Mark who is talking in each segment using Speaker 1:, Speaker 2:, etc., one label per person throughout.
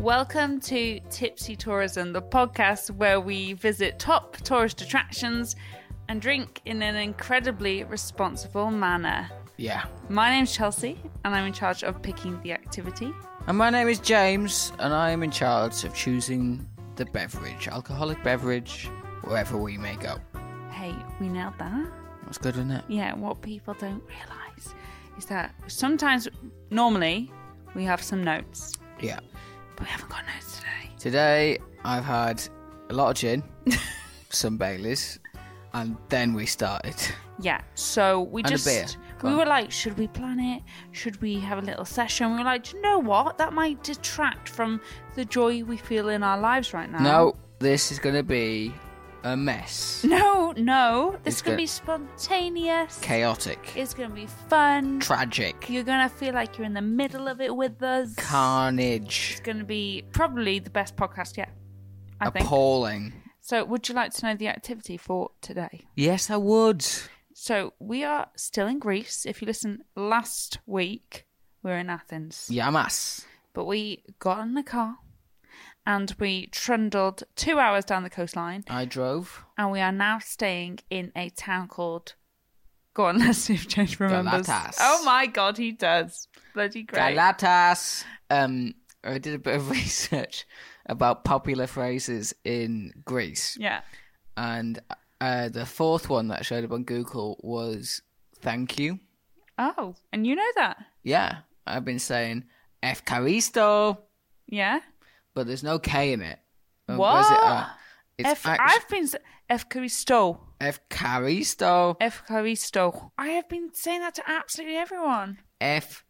Speaker 1: Welcome to Tipsy Tourism, the podcast where we visit top tourist attractions and drink in an incredibly responsible manner.
Speaker 2: Yeah.
Speaker 1: My name's Chelsea, and I'm in charge of picking the activity.
Speaker 2: And my name is James, and I am in charge of choosing the beverage, alcoholic beverage, wherever we may go.
Speaker 1: Hey, we nailed that.
Speaker 2: That's good, isn't it?
Speaker 1: Yeah, what people don't realise is that sometimes, normally, we have some notes,
Speaker 2: Yeah.
Speaker 1: but we haven't got notes today.
Speaker 2: Today, I've had a lot of gin, some Baileys, and then we started.
Speaker 1: Yeah, so we
Speaker 2: And a
Speaker 1: just
Speaker 2: beer. Go
Speaker 1: we
Speaker 2: on.
Speaker 1: were like, should we plan it? Should we have a little session? We were like, "Do you know what? That might detract from the joy we feel in our lives right now.
Speaker 2: No, this is going to be a mess.
Speaker 1: no, no. This is
Speaker 2: It's
Speaker 1: gonna
Speaker 2: go-
Speaker 1: be spontaneous.
Speaker 2: Chaotic.
Speaker 1: It's gonna be fun.
Speaker 2: tragic.
Speaker 1: You're gonna feel like you're in the middle of it with us.
Speaker 2: Carnage.
Speaker 1: It's gonna be probably the best podcast yet. I think.
Speaker 2: Appalling.
Speaker 1: so, would you like to know the activity for today?
Speaker 2: Yes, I would.
Speaker 1: So, we are still in Greece. If you listen last week, we were in Athens.
Speaker 2: Yamas.
Speaker 1: But we got in the car and we trundled two hours down the coastline
Speaker 2: I drove.
Speaker 1: and we are now staying in a town called. Go on, let's see if James remembers.
Speaker 2: Galatas.
Speaker 1: Oh my god, he does. Bloody great.
Speaker 2: Galatas. Um, I did a bit of research about popular phrases in Greece,
Speaker 1: yeah.
Speaker 2: and uh, the fourth one that showed up on Google was "thank you."
Speaker 1: Oh, and you know that.
Speaker 2: Yeah, I've been saying "efkaristo,"
Speaker 1: Yeah.
Speaker 2: but there's no K in it. Um,
Speaker 1: What?
Speaker 2: is it, uh, it's
Speaker 1: F-
Speaker 2: act-
Speaker 1: I've been. s- F. Caristo.
Speaker 2: "efkaristo."
Speaker 1: F. Caristo. I have been saying that to absolutely everyone.
Speaker 2: F.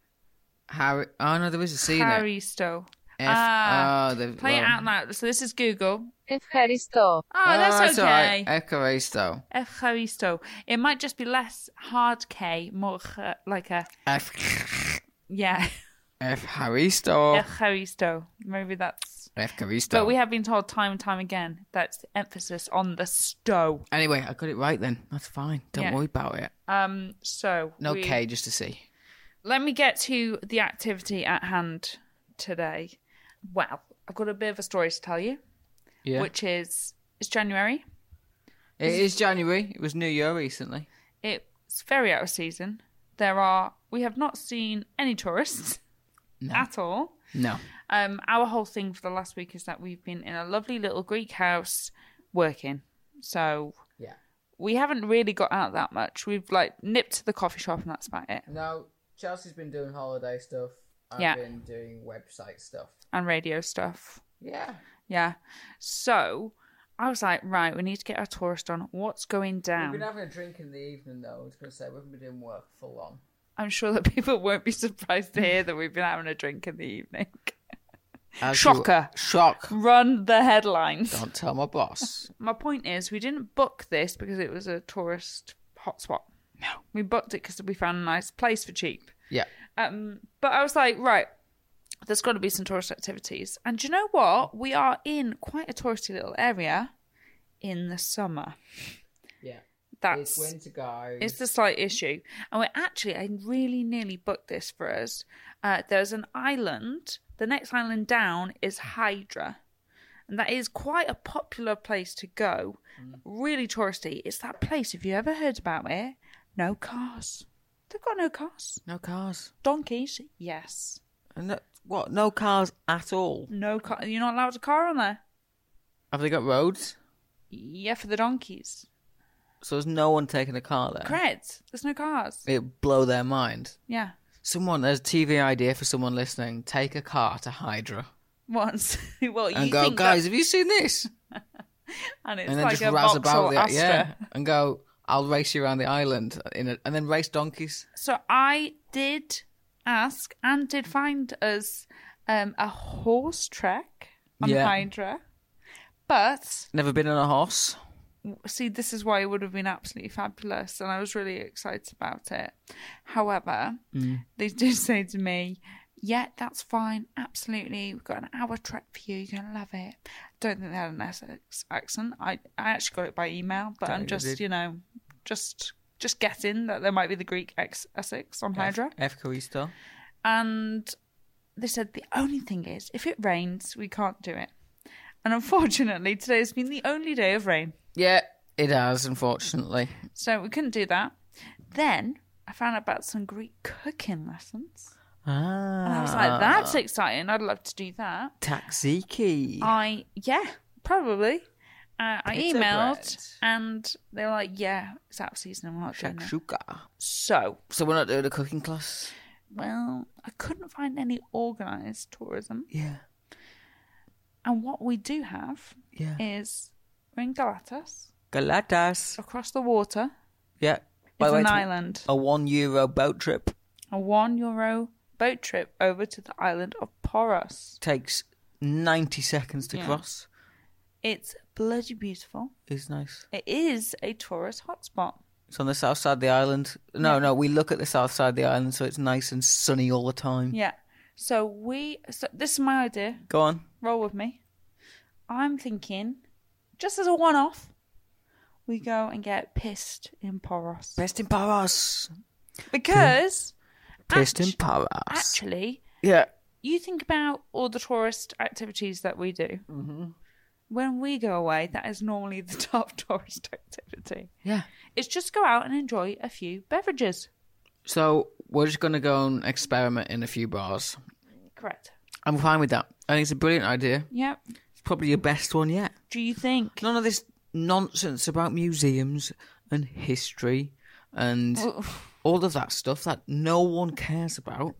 Speaker 2: Harry. Oh no, there is a C in it.
Speaker 1: Caristo.
Speaker 2: F.
Speaker 1: Ah,
Speaker 2: oh, the,
Speaker 1: Play it
Speaker 2: well,
Speaker 1: out loud. So this is Google.
Speaker 3: Ευχαριστώ.
Speaker 1: Oh, that's
Speaker 2: all right.
Speaker 1: okay.
Speaker 2: Efkaristo.
Speaker 1: Efcharisto. It might just be less hard K, more ch- like a
Speaker 2: F.
Speaker 1: yeah.
Speaker 2: Efkaristo.
Speaker 1: Efcharisto. Maybe that's.
Speaker 2: Efkaristo.
Speaker 1: But we have been told time and time again that's the emphasis on the sto.
Speaker 2: Anyway, I got it right then. That's fine. Don't
Speaker 1: Yeah.
Speaker 2: worry about it.
Speaker 1: Um. So
Speaker 2: No
Speaker 1: we-
Speaker 2: K, just to see.
Speaker 1: Let me get to the activity at hand today. Well, I've got a bit of a story to tell you,
Speaker 2: Yeah.
Speaker 1: which is it's January.
Speaker 2: it is January. It was New Year recently.
Speaker 1: It's very out of season. There are we have not seen any tourists at all.
Speaker 2: No.
Speaker 1: Um, our whole thing for the last week is that we've been in a lovely little Greek house working. So
Speaker 2: Yeah.
Speaker 1: we haven't really got out that much. We've like nipped to the coffee shop and that's about it.
Speaker 2: No. Chelsea's been doing holiday stuff. I've
Speaker 1: Yeah.
Speaker 2: been doing website stuff.
Speaker 1: And radio stuff.
Speaker 2: Yeah.
Speaker 1: Yeah. So I was like, right, we need to get our tourist on. What's going down?
Speaker 2: We've been having a drink in the evening though. I was going to say we haven't been doing work for long.
Speaker 1: I'm sure that people won't be surprised to hear that we've been having a drink in the evening. Shocker.
Speaker 2: Shock.
Speaker 1: Run the headlines.
Speaker 2: Don't tell my boss.
Speaker 1: My point is, we didn't book this because it was a tourist hotspot. No. We booked it because we found a nice place for cheap.
Speaker 2: yeah.
Speaker 1: Um, but I was like, right, there's got to be some tourist activities. And do you know what? We are in quite a touristy little area in the summer.
Speaker 2: Yeah.
Speaker 1: That's
Speaker 2: It's winter, guys.
Speaker 1: it's the slight issue. And we're actually, I really nearly booked this for us. Uh, there's an island. The next island down is Hydra. And that is quite a popular place to go.
Speaker 2: Mm.
Speaker 1: Really touristy. It's that place, if you ever heard about it, no cars. They've got no cars.
Speaker 2: no cars.
Speaker 1: Donkeys, yes.
Speaker 2: And that,
Speaker 3: What? No cars at all.
Speaker 1: No car. You're not allowed a car on there.
Speaker 2: Have they got roads?
Speaker 1: Yeah, for the donkeys.
Speaker 3: So there's no one taking a car there.
Speaker 1: Correct. There's no cars.
Speaker 2: It blow their mind.
Speaker 1: Yeah.
Speaker 2: Someone, there's a TV idea for someone listening. Take a car to Hydra
Speaker 1: Once. well, you
Speaker 2: and go,
Speaker 1: think
Speaker 2: guys,
Speaker 1: that-
Speaker 2: have you seen this?
Speaker 1: and it's
Speaker 2: and then
Speaker 1: like
Speaker 2: just
Speaker 1: a
Speaker 2: razz
Speaker 1: Vauxhall
Speaker 2: about it,
Speaker 1: Astra.
Speaker 2: yeah, and go. I'll race you around the island in a, and then race donkeys.
Speaker 1: So I did ask and did find us um, a horse track on
Speaker 2: Yeah.
Speaker 1: Hydra, but
Speaker 2: Never been on a horse.
Speaker 1: see, this is why it would have been absolutely fabulous, and I was really excited about it. However,
Speaker 2: Mm.
Speaker 1: they did say to me, "Yeah, that's fine, absolutely. We've got an hour trek for you. You're gonna love it." Don't think they had an Essex accent. I I actually got it by email, but I'm
Speaker 2: Don't
Speaker 1: just
Speaker 2: you did.
Speaker 1: you know just just guessing that there might be the Greek ex- Essex on Hydra.
Speaker 2: F Caristo.
Speaker 1: And they said the only thing is, if it rains, we can't do it. And unfortunately, today has been the only day of rain.
Speaker 2: Yeah, it has, unfortunately.
Speaker 1: So we couldn't do that. Then I found out about some Greek cooking lessons.
Speaker 2: Ah,
Speaker 1: And I was like, that's exciting. I'd love to do that.
Speaker 2: Taxiki.
Speaker 1: I, yeah, probably. Uh, I
Speaker 2: Pita
Speaker 1: emailed
Speaker 2: bread.
Speaker 1: and they were like, yeah, it's out of season and we're not doing it.
Speaker 2: Shakshuka.
Speaker 1: So,
Speaker 2: So we're not doing a cooking class.
Speaker 1: well, I couldn't find any organised tourism.
Speaker 2: Yeah,
Speaker 1: And what we do have
Speaker 2: yeah.
Speaker 1: is we're in Galatas,
Speaker 3: Galatas.
Speaker 1: across the water.
Speaker 3: Yeah.
Speaker 1: It's an
Speaker 3: it's
Speaker 1: island.
Speaker 3: A one euro boat trip
Speaker 1: A one euro boat trip over to the island of Poros.
Speaker 3: takes 90 seconds to
Speaker 1: Yeah.
Speaker 3: cross.
Speaker 1: It's bloody beautiful.
Speaker 3: It's nice.
Speaker 1: It is a tourist hotspot.
Speaker 3: It's on the south side of the island. No, no, we look at the south side of the island, so it's nice and sunny all the time.
Speaker 1: Yeah. So we. So this is my idea.
Speaker 3: Go on.
Speaker 1: Roll with me. I'm thinking, just as a one-off, we go and get pissed in Poros
Speaker 3: Best in Paris.
Speaker 1: because
Speaker 2: Pissed in
Speaker 1: actu-
Speaker 2: Paris.
Speaker 1: Actually,
Speaker 2: Yeah.
Speaker 1: you think about all the tourist activities that we do. Mm-hmm. When we go away, that is normally the top tourist activity.
Speaker 2: Yeah.
Speaker 1: It's just go out and enjoy a few beverages.
Speaker 2: So we're just going to go and experiment in a few bars.
Speaker 1: Correct.
Speaker 2: I'm fine with that. I think it's a brilliant idea.
Speaker 1: Yep.
Speaker 3: It's probably your best one yet.
Speaker 1: Do you think?
Speaker 3: None of this nonsense about museums and history and all of that stuff that no one cares about.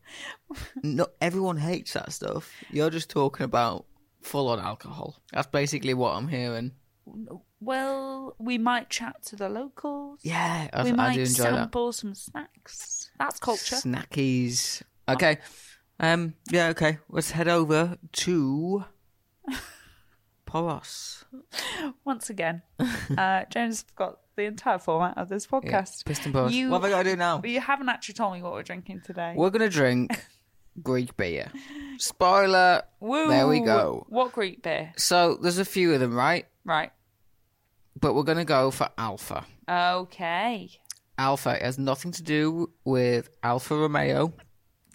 Speaker 3: No, everyone hates that stuff. You're just talking about full on alcohol.
Speaker 2: That's basically what I'm hearing.
Speaker 1: Well, we might chat to the locals.
Speaker 2: Yeah, I,
Speaker 1: we
Speaker 2: I
Speaker 1: might
Speaker 2: do enjoy that.
Speaker 1: sample some snacks. That's culture.
Speaker 2: Snackies.
Speaker 1: Oh.
Speaker 2: Okay.
Speaker 3: Um, yeah, okay. Let's head over to Poros.
Speaker 1: Once again, uh, James forgot the entire format of this podcast.
Speaker 2: pissed and paused.
Speaker 1: You,
Speaker 3: What have I got to do now?
Speaker 1: you haven't actually told me what we're drinking today.
Speaker 2: We're going to drink Greek beer. Spoiler.
Speaker 1: Woo!
Speaker 2: There we go.
Speaker 1: What Greek beer?
Speaker 2: So there's a few of them, right?
Speaker 1: Right.
Speaker 2: But we're going to go for Alpha.
Speaker 1: Okay.
Speaker 2: Alpha it has nothing to do with Alfa Romeo.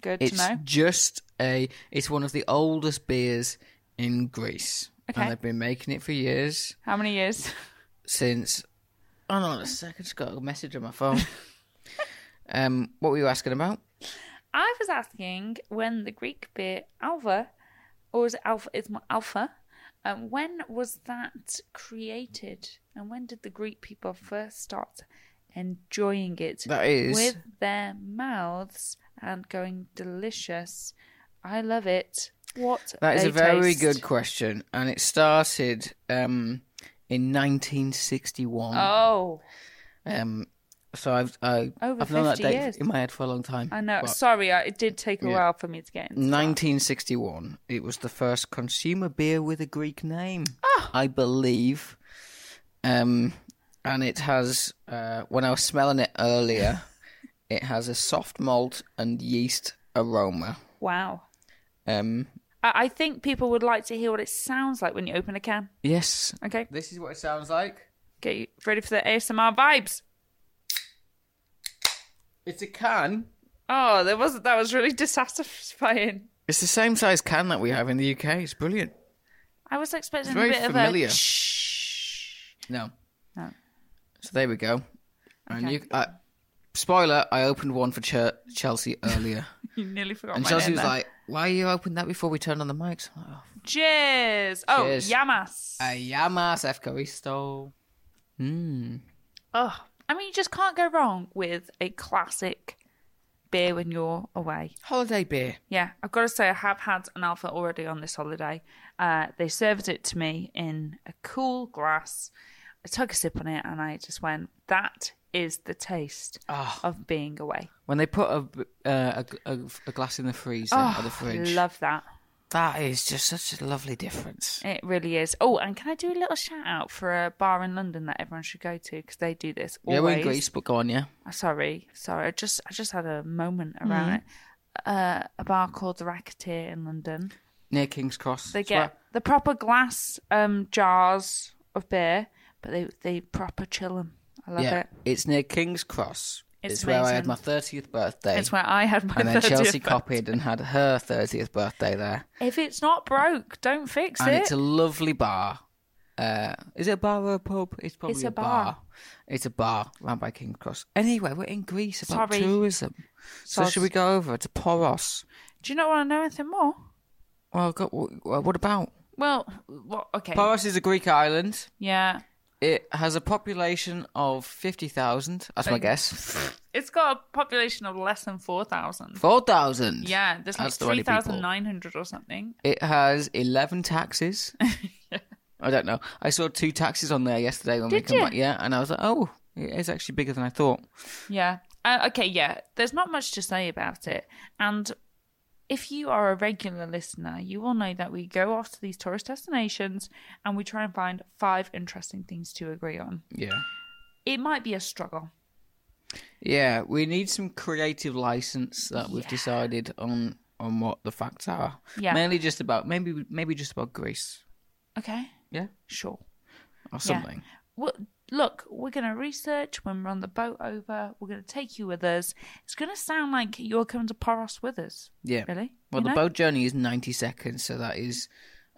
Speaker 1: Good
Speaker 2: It's
Speaker 1: to know.
Speaker 2: just a. It's one of the oldest beers in Greece,
Speaker 1: Okay.
Speaker 2: and they've been making it for years
Speaker 1: How many years?
Speaker 2: since. Hold on a second, just got a message on my phone. um, what were you asking about?
Speaker 1: I was asking when the Greek beer Alva, or is it Alpha? It's more Alpha. Um, when was that created, and when did the Greek people first start enjoying it
Speaker 2: That is
Speaker 1: with their mouths and going delicious? I love it. What
Speaker 2: that is
Speaker 1: they
Speaker 2: a very
Speaker 1: taste.
Speaker 2: good question, and it started um in 1961.
Speaker 1: Oh,
Speaker 2: Um, so I've I,
Speaker 1: Over
Speaker 2: I've known that
Speaker 1: 50
Speaker 2: date
Speaker 1: years.
Speaker 2: in my head for a long time.
Speaker 1: I know.
Speaker 2: but-
Speaker 1: Sorry, I, it did take a
Speaker 2: Yeah.
Speaker 1: while for me to get into. that.
Speaker 2: 1961. It was the first consumer beer with a Greek name, I believe. Um, and it has, uh, when I was smelling it earlier, it has a soft malt and yeast aroma.
Speaker 1: Wow.
Speaker 2: Um,
Speaker 1: I, I think people would like to hear what it sounds like when you open a can.
Speaker 2: yes,
Speaker 1: Okay,
Speaker 2: this is what it sounds like.
Speaker 1: get you ready for the ASMR vibes.
Speaker 2: It's a can.
Speaker 1: Oh, that was that was really dissatisfying.
Speaker 2: It's the same size can that we have in the UK. It's brilliant.
Speaker 1: I was expecting
Speaker 2: It's very
Speaker 1: a bit
Speaker 2: familiar.
Speaker 1: of a shh.
Speaker 2: No.
Speaker 1: No.
Speaker 2: So there we go. And
Speaker 1: Okay.
Speaker 2: you, uh, spoiler, I opened one for Ch- Chelsea earlier.
Speaker 1: You nearly forgot
Speaker 2: And
Speaker 1: my
Speaker 2: Chelsea
Speaker 1: name
Speaker 2: was
Speaker 1: there.
Speaker 2: like, "Why you opened that before we turned on the mics?" I'm like, oh,
Speaker 1: Cheers. Oh,
Speaker 2: Cheers. Uh,
Speaker 1: Yamas.
Speaker 2: "Ayamas Efkaristo."
Speaker 1: Oh, I mean, you just can't go wrong with a classic beer when you're away.
Speaker 2: Holiday beer.
Speaker 1: Yeah, I've got to say, I have had an alpha already on this holiday. Uh, they served it to me in a cool glass. I took a sip on it and I just went, that is the taste
Speaker 2: Ah.
Speaker 1: of being away.
Speaker 2: When they put a uh, a, a, a glass in the freezer or the fridge,
Speaker 1: Oh, Love that.
Speaker 2: that is just such a lovely difference.
Speaker 1: It really is. Oh, and can I do a little shout out for a bar in London that everyone should go to because they do this
Speaker 2: Yeah,
Speaker 1: always.
Speaker 2: we're in Greece, but go on, yeah.
Speaker 1: Oh, Sorry, sorry. I just I just had a moment
Speaker 2: Mm-hmm.
Speaker 1: around it. Uh, a bar called the Racketeer in London.
Speaker 2: Near King's Cross.
Speaker 1: They
Speaker 2: It's where-
Speaker 1: get the proper glass um, jars of beer, but they they proper chill 'em. I love
Speaker 2: yeah,
Speaker 1: it.
Speaker 2: it's near King's Cross.
Speaker 1: It's
Speaker 2: It's, where I had
Speaker 1: amazing.
Speaker 2: my thirtieth birthday,
Speaker 1: It's where I had my
Speaker 2: and then
Speaker 1: 30th
Speaker 2: Chelsea
Speaker 1: birthday.
Speaker 2: copied and had her thirtieth birthday there.
Speaker 1: If it's not broke, don't fix
Speaker 2: and
Speaker 1: it.
Speaker 2: it's a lovely bar. Uh, is it a bar or a pub? It's probably
Speaker 1: a
Speaker 2: a,
Speaker 1: bar.
Speaker 2: bar. It's a bar round by King's Cross. Anyway, we're in Greece about
Speaker 1: Sorry.
Speaker 2: tourism. So
Speaker 1: Soz.
Speaker 2: should we go over to Poros?
Speaker 1: do you not want to know anything more?
Speaker 2: Well, go, well, what about
Speaker 1: Well, well okay,
Speaker 2: Poros? Is a Greek island.
Speaker 1: yeah.
Speaker 2: It has a population of fifty thousand. That's my guess.
Speaker 1: It's got a population of less than four thousand.
Speaker 2: Four thousand.
Speaker 1: Yeah, there's like
Speaker 2: That's the only
Speaker 1: three
Speaker 2: people.
Speaker 1: thousand nine hundred or something.
Speaker 2: It has eleven taxes. I don't know. I saw two taxes on there yesterday when we
Speaker 1: Did
Speaker 2: come
Speaker 1: you?
Speaker 2: back. Yeah, and I was like, oh, it is actually bigger than I thought.
Speaker 1: Yeah. Uh, okay, yeah. There's not much to say about it. And if you are a regular listener, you will know that we go off to these tourist destinations and we try and find five interesting things to agree on.
Speaker 2: Yeah.
Speaker 1: It might be a struggle.
Speaker 2: Yeah, we need some creative license that we've decided on on what the facts are.
Speaker 1: Yeah.
Speaker 2: Mainly just about maybe maybe just about Greece.
Speaker 1: Okay?
Speaker 2: Yeah.
Speaker 1: Sure.
Speaker 2: Or something.
Speaker 1: Well, look, we're going to research when we're on the boat over. We're going to take you with us. It's going to sound like you're coming to Poros with us.
Speaker 2: Yeah.
Speaker 1: Really?
Speaker 2: Well,
Speaker 1: You
Speaker 2: the
Speaker 1: know?
Speaker 2: boat journey is 90 seconds, so that is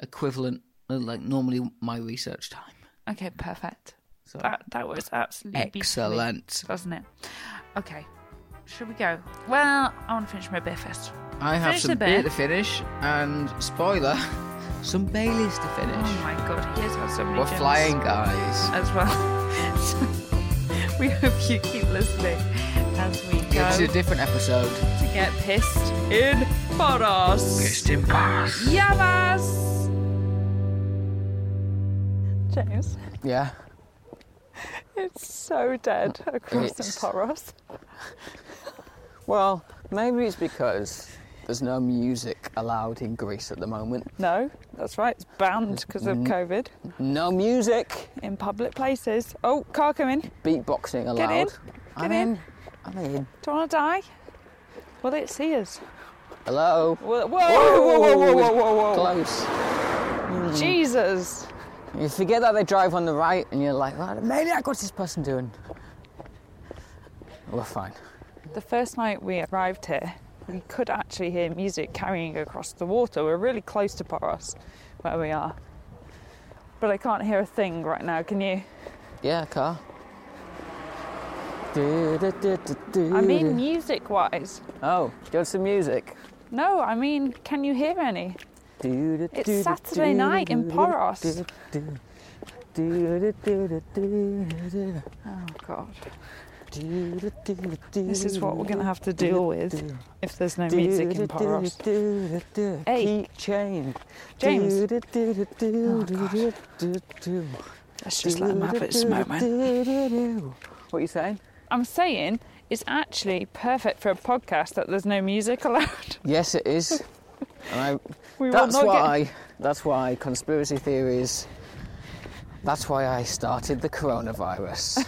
Speaker 2: equivalent uh, like normally my research time.
Speaker 1: Okay, perfect.
Speaker 2: So
Speaker 1: That, that was absolutely beautifully-
Speaker 2: excellent.
Speaker 1: doesn't it? Okay, should we go? Well, I want to finish my beer first.
Speaker 2: I have
Speaker 1: Finish the
Speaker 2: some
Speaker 1: beer.
Speaker 2: beer to finish and spoiler, some Baileys to finish.
Speaker 1: Oh my god, he has had so many
Speaker 2: We're
Speaker 1: gems
Speaker 2: flying, guys.
Speaker 1: as well. So, we hope you keep listening as we go
Speaker 2: It's a different episode.
Speaker 1: to get pissed in Poros. Pissed in Poros. Yamas. James,
Speaker 2: Yeah.
Speaker 1: it's so dead across
Speaker 2: It's-
Speaker 1: in Poros.
Speaker 2: Well, maybe it's because there's no music allowed in Greece at the moment.
Speaker 4: No, that's right. It's banned because of
Speaker 2: Mm-hmm.
Speaker 4: COVID
Speaker 2: No music.
Speaker 4: in public places. Oh, car coming. Do
Speaker 2: Beatboxing allowed.
Speaker 4: in.
Speaker 2: I'm
Speaker 4: in.
Speaker 2: in. I'm in.
Speaker 4: you want to die? Will it see us?
Speaker 2: Hello.
Speaker 4: Will it... Whoa, whoa, whoa, whoa, whoa, whoa, whoa.
Speaker 2: Close.
Speaker 4: Jesus.
Speaker 2: You forget that they drive on the right, and you're like, "What a maniac! What's this person doing?" We're fine.
Speaker 4: The first night we arrived here, we could actually hear music carrying across the water. We're really close to Poros, where we are. But I can't hear a thing right now, can you?
Speaker 2: Yeah, car.
Speaker 4: I mean, music wise.
Speaker 2: Oh, do you want some music?
Speaker 4: No, I mean, can you hear any? It's Saturday night in Poros. Oh, God. This is what we're going to have to deal with if there's no music in Poros. Hey.
Speaker 2: Keep chain.
Speaker 4: James.
Speaker 2: Oh, God.
Speaker 4: Let's just let them have its moment.
Speaker 2: What are you saying?
Speaker 4: I'm saying it's actually perfect for a podcast that there's no music allowed.
Speaker 2: Yes, it is. And I,
Speaker 4: We will
Speaker 2: that's
Speaker 4: not get-
Speaker 2: why. That's why conspiracy theories. That's why I started the coronavirus.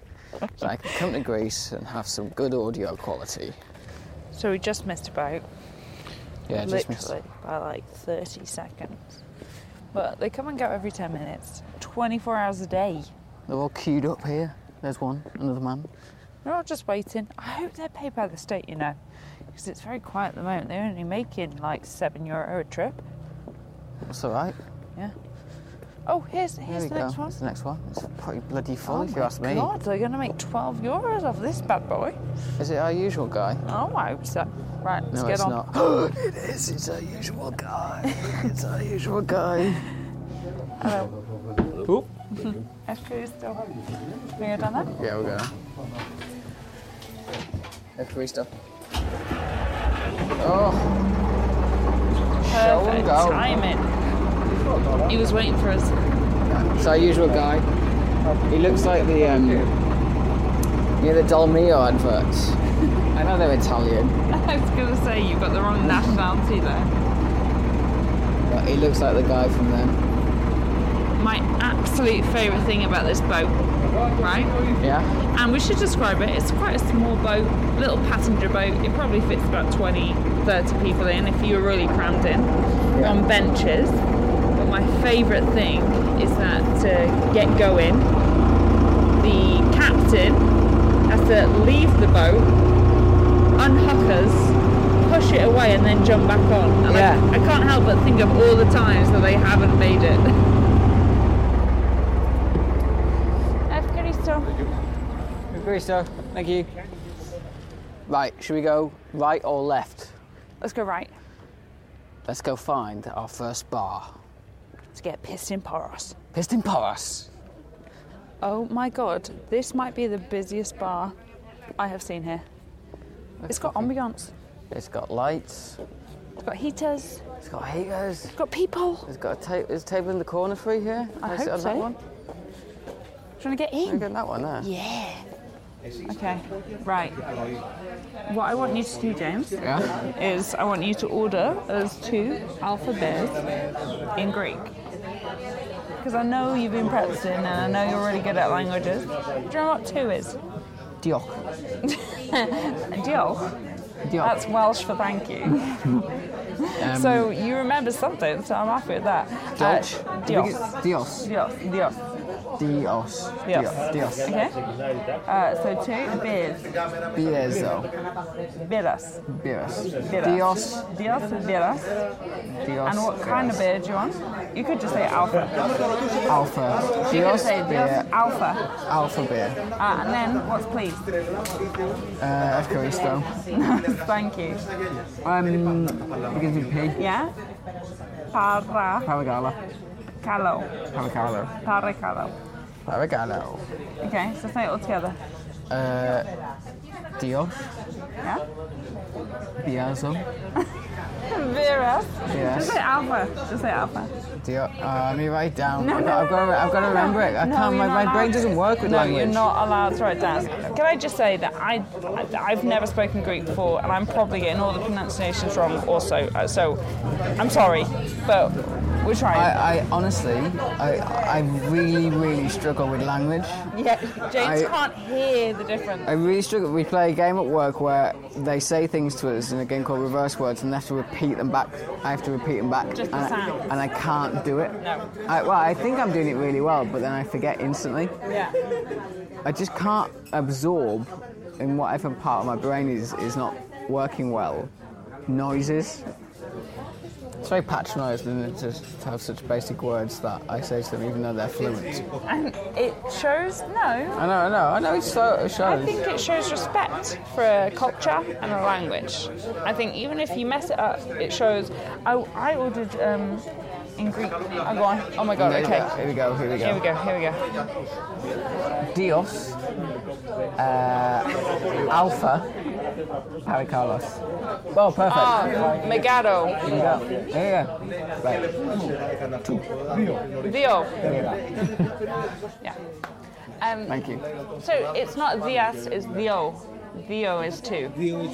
Speaker 2: so I can come to Greece and have some good audio quality.
Speaker 4: So we just missed a boat,
Speaker 2: Yeah, just miss-
Speaker 4: literally, by like 30 seconds. But they come and go every 10 minutes, 24 hours a day.
Speaker 2: they're all queued up here. There's one, another man.
Speaker 4: They're not just waiting. I hope they're paid by the state, you know, because it's very quiet at the moment. They're only making like seven euro a trip.
Speaker 2: That's all right.
Speaker 4: Yeah.
Speaker 1: Oh, here's here's
Speaker 2: we
Speaker 1: the
Speaker 2: go.
Speaker 1: next one.
Speaker 2: It's the next one. It's pretty bloody full,
Speaker 1: Oh
Speaker 2: if you
Speaker 1: my
Speaker 2: ask me.
Speaker 1: God, they're going to make 12 euros off this bad boy.
Speaker 2: Is it our usual guy?
Speaker 1: Oh, I hope so. Right, let's
Speaker 2: No,
Speaker 1: get
Speaker 2: it's
Speaker 1: on.
Speaker 2: not. it is. It's our usual guy. it's our usual guy.
Speaker 1: Esther is still. Are you done that?
Speaker 2: Yeah, we're going. Let's we stop. Oh, Shall we
Speaker 1: Perfect
Speaker 2: go?
Speaker 1: timing. He was waiting for us.
Speaker 2: it's our usual guy. He looks like the um, you know, the Dolmio adverts. I know they're Italian,
Speaker 1: I was going to say you've got the wrong nationality there.
Speaker 2: but he looks like the guy from them.
Speaker 1: My absolute favourite thing about this boat, right?
Speaker 2: Yeah.
Speaker 1: And we should describe it. It's quite a small boat, little passenger boat. It probably fits about 20, 30 people in if you were really crammed in on benches. But my favourite thing is that to get going, the captain has to leave the boat, unhook us, push it away, and then jump back on. And I-
Speaker 2: Yeah.
Speaker 1: I, can't help but think of all the times that they haven't made it.
Speaker 2: Agree, sir. Thank you. Right, should we go right or left?
Speaker 1: Let's go right.
Speaker 2: Let's go find our first bar.
Speaker 1: Let's get pissed in Poros.
Speaker 2: Piston Porras.
Speaker 1: Oh my god, this might be the busiest bar I have seen here. It's got ambiance,
Speaker 2: It's got lights.
Speaker 1: it's got heaters,
Speaker 2: It's got heaters.
Speaker 1: it's got people.
Speaker 2: It's got a table. There's a table in the corner for you here. Can
Speaker 1: I
Speaker 2: sit
Speaker 1: hope
Speaker 2: on that
Speaker 1: so.
Speaker 2: one.
Speaker 1: Trying to get
Speaker 2: You
Speaker 1: in.
Speaker 2: get that one eh? there.
Speaker 1: Yeah. Okay, right. What I want you to do, James,
Speaker 2: Yeah.
Speaker 1: is I want you to order those two alpha bears in Greek. Because I know you've been practicing and I know you're really good at languages. Do you know what two is?
Speaker 2: Diok.
Speaker 1: Diolch. That's Welsh for thank you.
Speaker 2: Um,
Speaker 1: so you remember something, so I'm happy with that. Uh, Diolch.
Speaker 2: Dios.
Speaker 1: Diolch. Diolch.
Speaker 2: Dios.
Speaker 1: Dios.
Speaker 2: Dios.
Speaker 1: Okay? Uh, so two beers.
Speaker 2: Biezo.
Speaker 1: Beers.
Speaker 2: Bios.
Speaker 1: Beers.
Speaker 2: Dios.
Speaker 1: Diolch and beers.
Speaker 2: Dios.
Speaker 1: And what kind of beer do you want? You could just say alpha.
Speaker 2: Alpha.
Speaker 1: You could
Speaker 2: Dios
Speaker 1: say
Speaker 2: beer.
Speaker 1: Diolch alpha.
Speaker 2: Alpha beer.
Speaker 1: Uh, and then what's please?
Speaker 2: Uh, Evcharisto.
Speaker 1: thank you.
Speaker 2: Um, begins with P.
Speaker 1: Yeah? Para
Speaker 2: Paragala.
Speaker 1: calo.
Speaker 2: Paragalo.
Speaker 1: Para calo.
Speaker 2: Paragalo.
Speaker 1: Okay, so say it all together.
Speaker 2: Uh, Dios.
Speaker 1: Yeah?
Speaker 2: Biazo.
Speaker 1: Beers. Just
Speaker 2: Yes.
Speaker 1: say alpha. Just say alpha.
Speaker 2: Dios. Uh, let me write it down.
Speaker 1: No,
Speaker 2: I've
Speaker 1: no,
Speaker 2: got- I've got to, I've got to
Speaker 1: no,
Speaker 2: remember it. I
Speaker 1: no,
Speaker 2: can't.
Speaker 1: you're
Speaker 2: My,
Speaker 1: not
Speaker 2: my brain
Speaker 1: allowed-
Speaker 2: doesn't work with
Speaker 1: no,
Speaker 2: language.
Speaker 1: you're not allowed to write down. Can I just say that I, I, have never spoken Greek before, and I'm probably getting all the pronunciations wrong. Also, Uh, so I'm sorry, but we're trying.
Speaker 2: I, I honestly, I, I really, really struggle with language.
Speaker 1: yeah, James
Speaker 2: I-
Speaker 1: can't hear the difference.
Speaker 2: I really struggle. We play a game at work where they say things to us in a game called Reverse Words, and they have to repeat them back. I have to repeat them back,
Speaker 1: Just the
Speaker 2: and,
Speaker 1: sounds.
Speaker 2: I, and I can't do it.
Speaker 1: No.
Speaker 2: I, well, I think I'm doing it really well, but then I forget instantly.
Speaker 1: yeah,
Speaker 2: I just can't absorb in whatever part of my brain is is not working well. Noises. It's very patronised, isn't it, to- to have such basic words that I say to them, even though they're fluent.
Speaker 1: and it shows no.
Speaker 2: I know, I know, I know. It's so it
Speaker 1: I
Speaker 2: shows.
Speaker 1: think it shows respect for a culture and a language. I think even if you mess it up, it shows. Oh, I ordered um, in Greek. Oh, go on. Oh my God.
Speaker 2: There we
Speaker 1: Okay.
Speaker 2: go, Here we go. Here we
Speaker 1: Here we go,
Speaker 2: go.
Speaker 1: here we go.
Speaker 2: Dios, uh, Alpha, Harry Carlos. Oh, perfect.
Speaker 1: Ah. Megado,
Speaker 2: Here we go. Here we go. Right.
Speaker 1: Dio.
Speaker 2: Here we go.
Speaker 1: Yeah. Um,
Speaker 2: Thank you.
Speaker 1: so it's not Dias, it's Dio. Dio is two.
Speaker 2: Dio.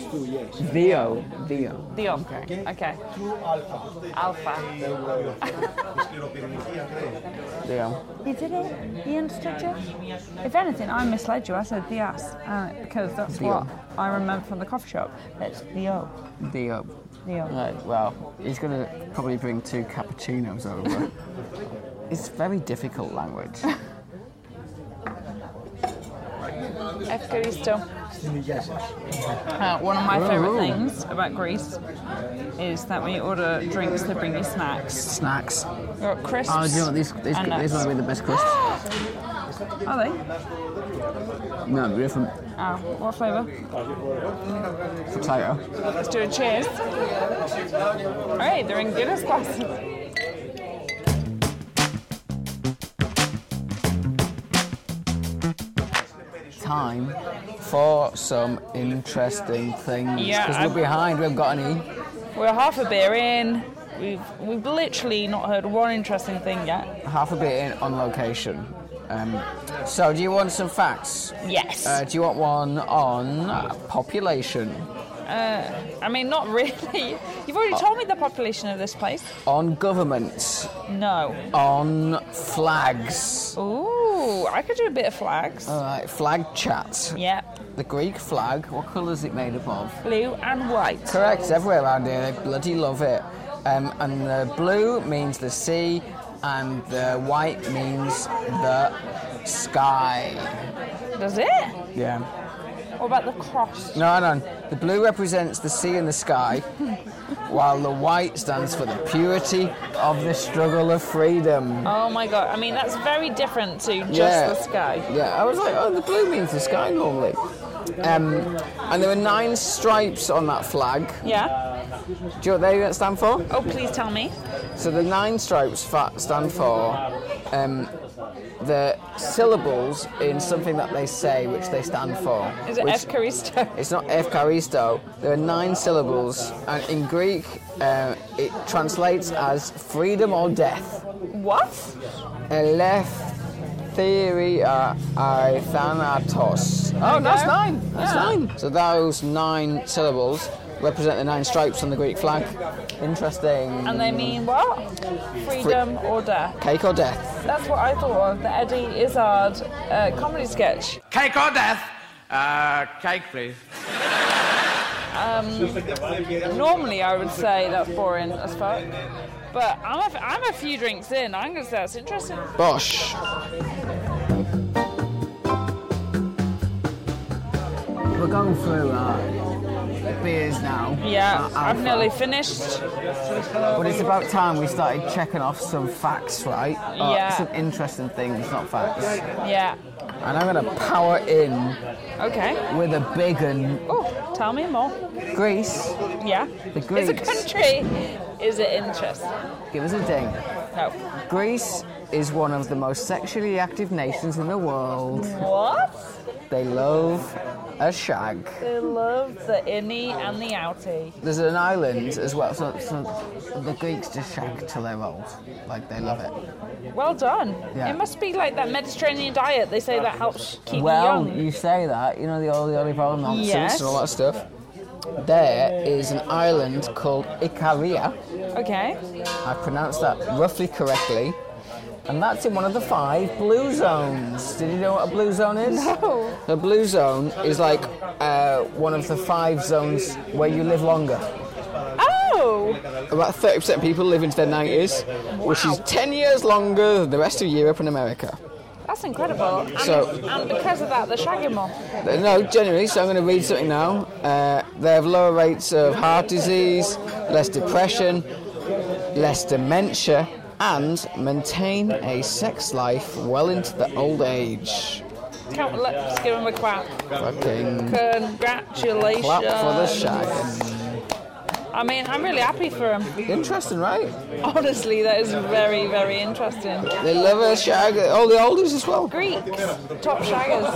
Speaker 2: Dio.
Speaker 1: Dio. Okay. okay. Alpha.
Speaker 2: Dio.
Speaker 1: You did it? You understood you? If anything, I misled you. I said Dias uh, because that's
Speaker 2: Dio.
Speaker 1: what I remember from the coffee shop. That's Dio.
Speaker 2: Dio.
Speaker 1: Dio.
Speaker 2: Right, well, he's going to probably bring two cappuccinos over. it's very difficult language. Oh.
Speaker 1: Efkaristo. Uh, one of my favourite things about Greece is that when you order drinks, they bring you snacks.
Speaker 2: Snacks.
Speaker 1: We've got crisps.
Speaker 2: Oh, do you know what? These, these,
Speaker 1: and
Speaker 2: these
Speaker 1: nuts.
Speaker 2: might be the best crisps.
Speaker 1: Are they?
Speaker 2: No, they're different.
Speaker 1: Oh, what flavour?
Speaker 2: Potato.
Speaker 1: Let's do a cheers. All right, they're in Guinness glasses.
Speaker 2: Time for some interesting things.
Speaker 1: Yeah,
Speaker 2: Because
Speaker 1: I'm-
Speaker 2: we're behind, we've got any.
Speaker 1: We're half a beer in. We've we've literally not heard one interesting thing yet.
Speaker 2: Half a bit in on location. Um, so, do you want some facts?
Speaker 1: Yes.
Speaker 2: Uh, do you want one on uh, population,
Speaker 1: I mean, not really. You've
Speaker 2: uh,
Speaker 1: already told me the population of this place.
Speaker 2: on governments,
Speaker 1: No.
Speaker 2: on flags?
Speaker 1: Ooh, I could do a bit of flags.
Speaker 2: Alright, flag chat.
Speaker 1: Yeah.
Speaker 2: The Greek flag, what colour is it made up of?
Speaker 1: Blue and white.
Speaker 2: Correct, everywhere around here, they bloody love it. Um, and the blue means the sea, and the white means the sky.
Speaker 1: Does it?
Speaker 2: Yeah.
Speaker 1: What about the cross?
Speaker 2: No, no. The blue represents the sea and the sky, while the white stands for the purity of the struggle of freedom.
Speaker 1: Oh my god. I mean, that's very different to just
Speaker 2: Yeah.
Speaker 1: the sky.
Speaker 2: Yeah, I was like, oh, the blue means the sky normally. Um, and there were nine stripes on that flag.
Speaker 1: Yeah.
Speaker 2: Do you know what they stand for?
Speaker 1: Oh, please tell me.
Speaker 2: So the nine stripes fa- stand for um, the syllables in something that they say, which they stand for.
Speaker 1: Is it
Speaker 2: which-
Speaker 1: Eucharisto?
Speaker 2: It's not Evcharisto. There are nine syllables, and in Greek, uh, it translates as freedom or death.
Speaker 1: What?
Speaker 2: Eleftheria ai thanatos. Oh, that's nine. That's nine. So those nine syllables represent the nine stripes on the Greek flag. Interesting.
Speaker 1: And they mean what? Freedom or death.
Speaker 2: Cake or death?
Speaker 1: That's what I thought of the Eddie Izzard uh, comedy sketch.
Speaker 5: Cake or death? Uh, cake, please.
Speaker 1: Normally, I would say that's boring as fuck. But I'm a, f- I'm a few drinks in. I'm gonna say that's interesting.
Speaker 2: Bosh. We're going through uh, beers now.
Speaker 1: Yeah,
Speaker 2: Uh,
Speaker 1: I've
Speaker 2: Alpha.
Speaker 1: nearly finished.
Speaker 2: But it's about time we started checking off some facts, right? Or
Speaker 1: Yeah.
Speaker 2: Some interesting things, not facts.
Speaker 1: Yeah.
Speaker 2: And I'm going to power in
Speaker 1: Okay.
Speaker 2: with a big un.
Speaker 1: Oh, tell me more.
Speaker 2: Greece,
Speaker 1: Yeah.
Speaker 2: The
Speaker 1: It's a
Speaker 2: Greeks.
Speaker 1: country. Is it interesting?
Speaker 2: give us a ding.
Speaker 1: No.
Speaker 2: Greece is one of the most sexually active nations in the world.
Speaker 1: What?
Speaker 2: They love a shag.
Speaker 1: They love the innie and the outie.
Speaker 2: There's an island as well, so, so the Greeks just shag till they're old. Like, they love it.
Speaker 1: Well done.
Speaker 2: Yeah.
Speaker 1: It must be like that Mediterranean diet. They say that helps keep
Speaker 2: well,
Speaker 1: you young.
Speaker 2: you say that, you know, the old the olive oil nonsense
Speaker 1: Yes.
Speaker 2: and all that stuff. There is an island called Icaria.
Speaker 1: Okay.
Speaker 2: I pronounced that roughly correctly. And that's in one of the five blue zones. Did you know what a blue zone is? No. A blue zone is like uh, one of the five zones where you live longer.
Speaker 1: Oh.
Speaker 2: About 30% of people live into their 90s, which is 10 years longer than the rest of Europe and America.
Speaker 1: That's incredible. And,
Speaker 2: So-
Speaker 1: and because of that, the shaggy mom.
Speaker 2: No, generally, so I'm going to read something now. Uh, they have lower rates of heart disease, less depression, less dementia, and maintain a sex life well into the old age.
Speaker 1: Can't, let's give him a clap.
Speaker 2: Fucking
Speaker 1: Congratulations.
Speaker 2: clap for the shag.
Speaker 1: I mean, I'm really happy for him.
Speaker 2: Interesting, right?
Speaker 1: Honestly, that is very, very interesting.
Speaker 2: They love a shag. All the oldies as well.
Speaker 1: Greeks, top shaggers.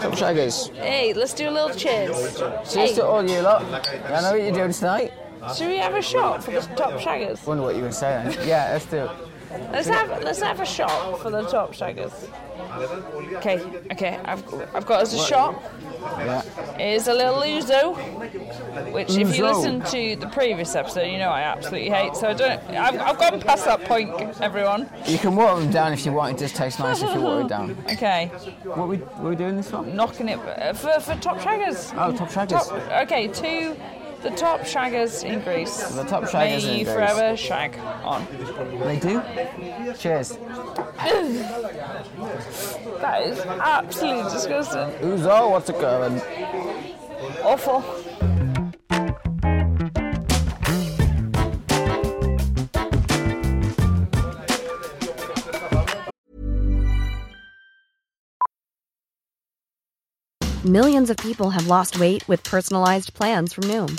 Speaker 2: Top shaggers.
Speaker 1: Hey, let's do a little cheers.
Speaker 2: Cheers
Speaker 1: Hey,
Speaker 2: to all you lot. I know what you're doing tonight.
Speaker 1: should we have a shot for the top shaggers?
Speaker 2: Wonder what you were saying. Yeah, let's do it.
Speaker 1: Let's have let's have a shot for the top shaggers. Okay, okay, I've, I've got us a shot.
Speaker 2: Yeah.
Speaker 1: Here's a little Uzo, which if you
Speaker 2: Ouzo.
Speaker 1: listen to the previous episode, you know I absolutely hate. So I don't. I've, I've gone past that point, everyone.
Speaker 2: You can water them down if you want. It does taste nice if you water it down.
Speaker 1: Okay,
Speaker 2: What we, what we doing this one?
Speaker 1: knocking it uh, for for top shaggers.
Speaker 2: Oh, top shaggers.
Speaker 1: Top, okay, to the top shaggers in Greece.
Speaker 2: The top shaggers
Speaker 1: May
Speaker 2: in
Speaker 1: you
Speaker 2: Greece.
Speaker 1: forever shag on.
Speaker 2: They do. Cheers.
Speaker 1: That is absolutely disgusting.
Speaker 2: Who's all? What's it going?
Speaker 1: Awful.
Speaker 6: Millions of people have lost weight with personalized plans from Noom,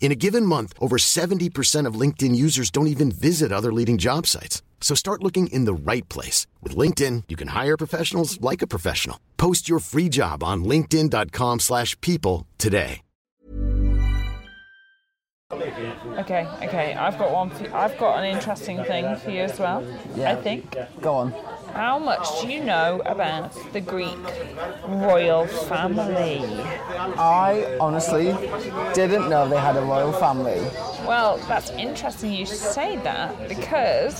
Speaker 7: In a given month, over 70% of LinkedIn users don't even visit other leading job sites. So start looking in the right place. With LinkedIn, you can hire professionals like a professional. Post your free job on linkedin.com/people slash people today.
Speaker 1: Okay, okay. I've got one. For, I've got an interesting thing for you as well. I think.
Speaker 2: Go on.
Speaker 1: How much do you know about the Greek royal family?
Speaker 2: I honestly didn't know they had a royal family.
Speaker 1: Well, that's interesting you say that because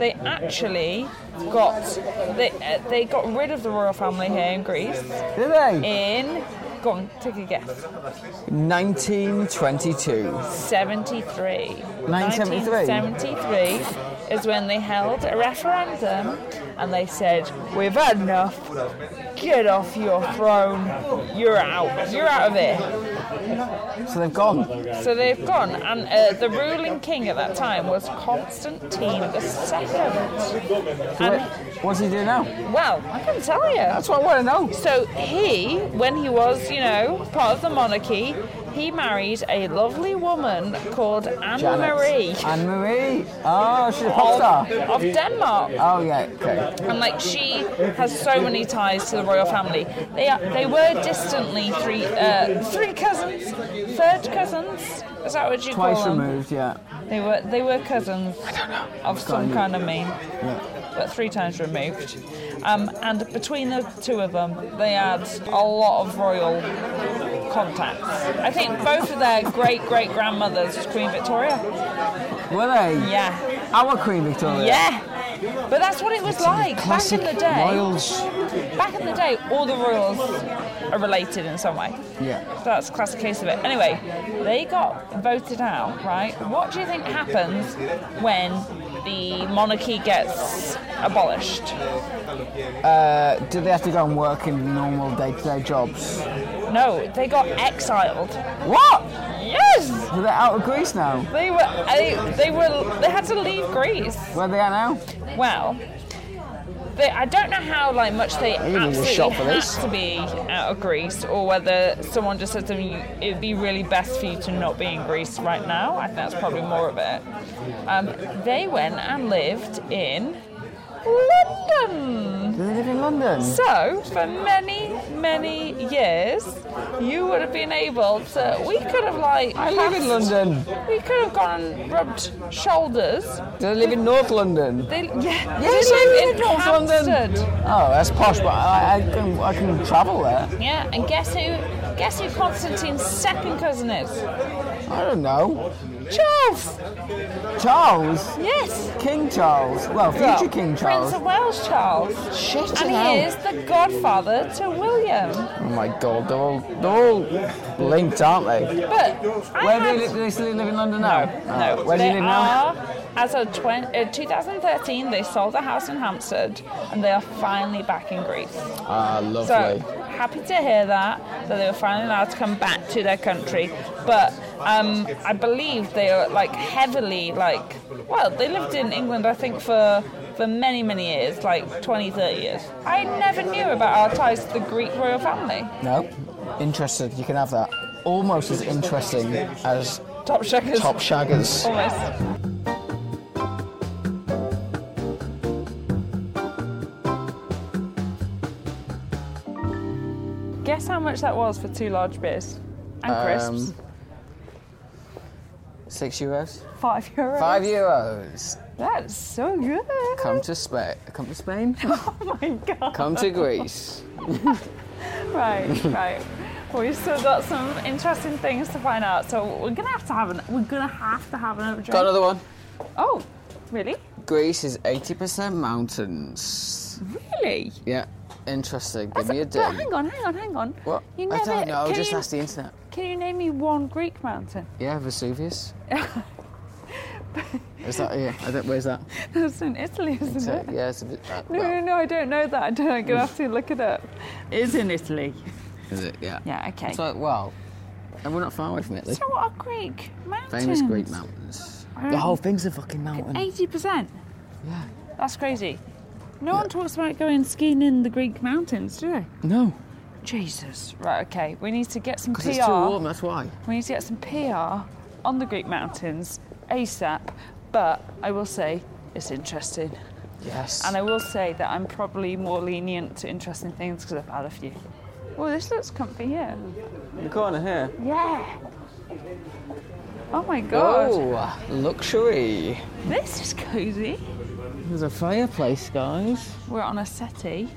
Speaker 1: they actually got they uh, they got rid of the royal family here in Greece
Speaker 2: Did they?
Speaker 1: in go on take a guess
Speaker 2: 1922.
Speaker 1: 73.
Speaker 2: 1973?
Speaker 1: 1973 is when they held a referendum and they said, We've had enough. Get off your throne. You're out. You're out of here.
Speaker 2: So they've gone.
Speaker 1: So they've gone. And uh, the ruling king at that time was Constantine the Second. And,
Speaker 2: What's he do now?
Speaker 1: well, I can tell you.
Speaker 2: That's what I want to know.
Speaker 1: So he, when he was, you know, part of the monarchy, he married a lovely woman called Anne
Speaker 2: Janet.
Speaker 1: Marie.
Speaker 2: Anne Marie. Oh, she's a pop star.
Speaker 1: Of Denmark.
Speaker 2: Oh yeah. Okay.
Speaker 1: And like she has so many ties to the royal family. They are, they were distantly three uh, three cousins, third cousins. Is that what you
Speaker 2: Twice
Speaker 1: call them?
Speaker 2: removed. Yeah.
Speaker 1: They were they were cousins. Of some
Speaker 2: any-
Speaker 1: kind of mean. But three times removed. Um, and between the two of them, they had a lot of royal contacts. I think both of their great great grandmothers was Queen Victoria.
Speaker 2: Were they?
Speaker 1: Yeah.
Speaker 2: Our Queen Victoria.
Speaker 1: Yeah. But that's what it was like back in
Speaker 2: Classic
Speaker 1: the day.
Speaker 2: royals.
Speaker 1: Back in the day, all the royals are related in some way.
Speaker 2: Yeah.
Speaker 1: That's a classic case of it. Anyway, they got voted out, right? What do you think happens when the monarchy gets abolished?
Speaker 2: Do they have to go and work in normal day-to-day jobs?
Speaker 1: No, they got exiled.
Speaker 2: What?
Speaker 1: Yes,
Speaker 2: Are they out of Greece now?
Speaker 1: they were. They, they were. They had to leave Greece.
Speaker 2: Where they are now?
Speaker 1: Well, they, I don't know how like much they
Speaker 2: need a
Speaker 1: absolutely
Speaker 2: shot for
Speaker 1: had
Speaker 2: this.
Speaker 1: to be out of Greece, or whether someone just said to them, "It'd be really best for you to not be in Greece right now." I think that's probably more of it. Um, they went and lived in London.
Speaker 2: Do they live in London?
Speaker 1: So, for many, many years, you would have been able to. We could have, like.
Speaker 2: I live in
Speaker 1: passed-
Speaker 2: London.
Speaker 1: We could have gone and rubbed shoulders.
Speaker 2: Do they live in North London?
Speaker 1: They, yeah,
Speaker 2: Yes,
Speaker 1: they
Speaker 2: I
Speaker 1: live
Speaker 2: live in North London.
Speaker 1: Hampstead.
Speaker 2: Oh, that's posh, but I, I can I can travel there.
Speaker 1: Yeah, and guess who? Guess who Constantine's second cousin is?
Speaker 2: I don't know.
Speaker 1: Charles.
Speaker 2: Charles,
Speaker 1: Yes.
Speaker 2: King Charles. Well, future
Speaker 1: Well,
Speaker 2: King
Speaker 1: Prince of
Speaker 2: Charles.
Speaker 1: Wales Charles.
Speaker 2: Shit,
Speaker 1: And he
Speaker 2: hell.
Speaker 1: is the godfather to William.
Speaker 2: Oh my god, they're all, they're all linked, aren't they?
Speaker 1: But I
Speaker 2: Where
Speaker 1: had-
Speaker 2: do they live? Do they still live in London now?
Speaker 1: No,
Speaker 2: Oh, Where do
Speaker 1: they
Speaker 2: you live now?
Speaker 1: are, As of 20, uh, 2013, they sold their house in Hampstead and they are finally back in Greece.
Speaker 2: Ah, lovely.
Speaker 1: So happy to hear that, that they were finally allowed to come back to their country. But um, I believe they are like heavily, like, well, they lived in England, I think, for, for many, many years, like 20, 30 years. I never knew about our ties to the Greek royal family.
Speaker 2: No, interested. You can have that. Almost as interesting as
Speaker 1: Top checkers.
Speaker 2: top shaggers.
Speaker 1: Almost. Guess how much that was for two large beers and crisps?
Speaker 2: Six euros.
Speaker 1: Five euros.
Speaker 2: Five euros.
Speaker 1: That's so good.
Speaker 2: Come to Spain. Come to Spain.
Speaker 1: Oh my god.
Speaker 2: Come to Greece.
Speaker 1: Right, right. Well, We've still got some interesting things to find out, so we're gonna have to have an, we're gonna have to have another drink.
Speaker 2: Got another one.
Speaker 1: Oh, really?
Speaker 2: Greece is 80% mountains.
Speaker 1: Really?
Speaker 2: Yeah, interesting. Give
Speaker 1: That's-
Speaker 2: me a
Speaker 1: but
Speaker 2: ding.
Speaker 1: hang on, hang on, hang on.
Speaker 2: What?
Speaker 1: You
Speaker 2: I
Speaker 1: never,
Speaker 2: don't know.
Speaker 1: can
Speaker 2: Just
Speaker 1: you-
Speaker 2: ask the internet.
Speaker 1: Can you name me one Greek mountain?
Speaker 2: Yeah, Vesuvius. is that yeah? I don't, where's that?
Speaker 1: That's in Italy, isn't
Speaker 2: So,
Speaker 1: it?
Speaker 2: yeah, it's a bit. Uh,
Speaker 1: No, no,
Speaker 2: well,
Speaker 1: no, I don't know that. I don't. I'm gonna have to look it up. It's in Italy.
Speaker 2: is it? Yeah.
Speaker 1: Yeah. Okay. So,
Speaker 2: So well, and we're not far away from Italy.
Speaker 1: what are Greek mountains? Um,
Speaker 2: Famous Greek mountains. The whole thing's a fucking mountain.
Speaker 1: Eighty percent. Yeah. That's crazy. No one talks about going skiing in the Greek mountains, do they?
Speaker 2: No,
Speaker 1: Jesus. Right. Okay. We need to get some PR.
Speaker 2: because it's too warm. That's why.
Speaker 1: We need to get some PR on the Greek mountains ASAP. But I will say it's interesting,
Speaker 2: Yes.
Speaker 1: and I will say that I'm probably more lenient to interesting things because I've had a few. Well, this looks comfy here.
Speaker 2: the corner here.
Speaker 1: Yeah. Oh my god.
Speaker 2: Oh, luxury.
Speaker 1: This is cozy.
Speaker 2: There's a fireplace, guys.
Speaker 1: We're on a settee.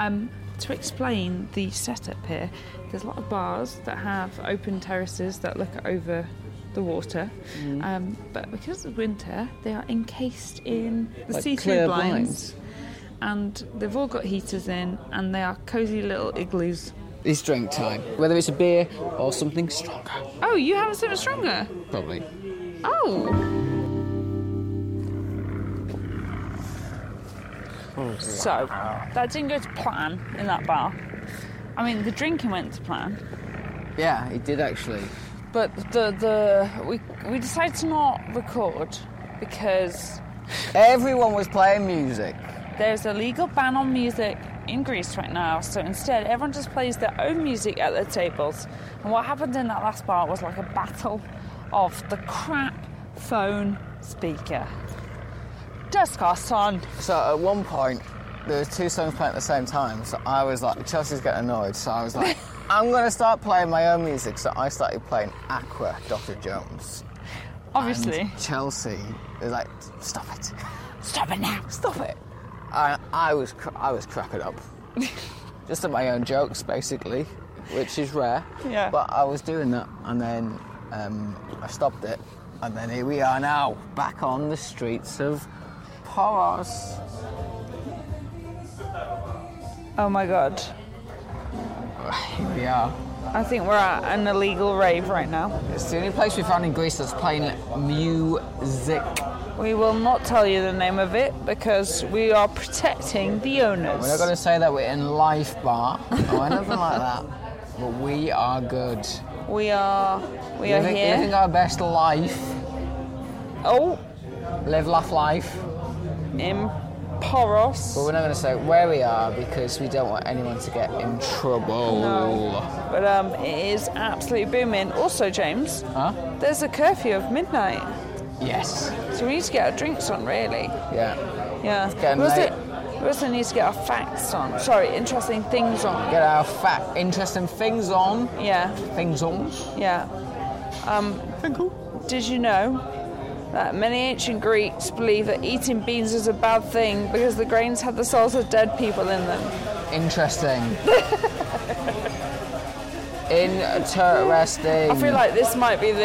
Speaker 1: Um, to explain the setup here, there's a lot of bars that have open terraces that look over the water.
Speaker 2: Mm.
Speaker 1: Um, but because of winter, they are encased in the
Speaker 2: Like
Speaker 1: see-through
Speaker 2: clear
Speaker 1: blinds. And they've all got heaters in, and they are cozy little igloos.
Speaker 2: It's drink time. Whether it's a beer or something stronger,
Speaker 1: Oh, you haven't seen it stronger.
Speaker 2: probably.
Speaker 1: Oh. Oh. So that didn't go to plan in that bar. I mean, the drinking went to plan,
Speaker 2: Yeah, it did actually.
Speaker 1: but the the we we decided to not record because
Speaker 2: Everyone was playing music.
Speaker 1: there's a legal ban on music in Greece right now. So instead, everyone just plays their own music at their tables. And what happened in that last bar was like a battle of the crap phone speaker. Disgusting.
Speaker 2: So at one point, there was two songs playing at the same time. So I was like, Chelsea's getting annoyed. So I was like, I'm gonna start playing my own music. So I started playing Aqua, Dr. Jones.
Speaker 1: Obviously.
Speaker 2: And Chelsea was like, stop it,
Speaker 1: Stop it now.
Speaker 2: stop it. And I was, cr- I was cracking up, just at my own jokes basically, which is rare.
Speaker 1: Yeah.
Speaker 2: But I was doing that, and then um, I stopped it, and then here we are now, back on the streets of Poros.
Speaker 1: Oh my god.
Speaker 2: Here we are.
Speaker 1: I think we're at an illegal rave right now.
Speaker 2: It's the only place we found in Greece that's playing music.
Speaker 1: We will not tell you the name of it because we are protecting the
Speaker 2: We're not going
Speaker 1: owners.
Speaker 2: to say that we're in Life Bar or anything like that, but we are good.
Speaker 1: We are we are
Speaker 2: Living, living
Speaker 1: here.
Speaker 2: our best life.
Speaker 1: Oh,
Speaker 2: Live, laugh, life.
Speaker 1: in
Speaker 2: But
Speaker 1: Poros.
Speaker 2: we're not going to say where we are because we don't want anyone to get in trouble.
Speaker 1: But um it is absolutely booming. Also, James,
Speaker 2: Huh?
Speaker 1: there's a curfew of midnight.
Speaker 2: Yes.
Speaker 1: So we need to get our drinks on really.
Speaker 2: Yeah.
Speaker 1: Yeah.
Speaker 2: getting
Speaker 1: we, also,
Speaker 2: late.
Speaker 1: we also need to get our facts on. Sorry, interesting things on.
Speaker 2: Get our fact, interesting things on.
Speaker 1: Yeah,
Speaker 2: Things on.
Speaker 1: yeah. Um, did you know that many ancient Greeks believed that eating beans was a bad thing because the grains had the souls of dead people in them?
Speaker 2: Interesting. Interesting.
Speaker 1: I feel like this might be the,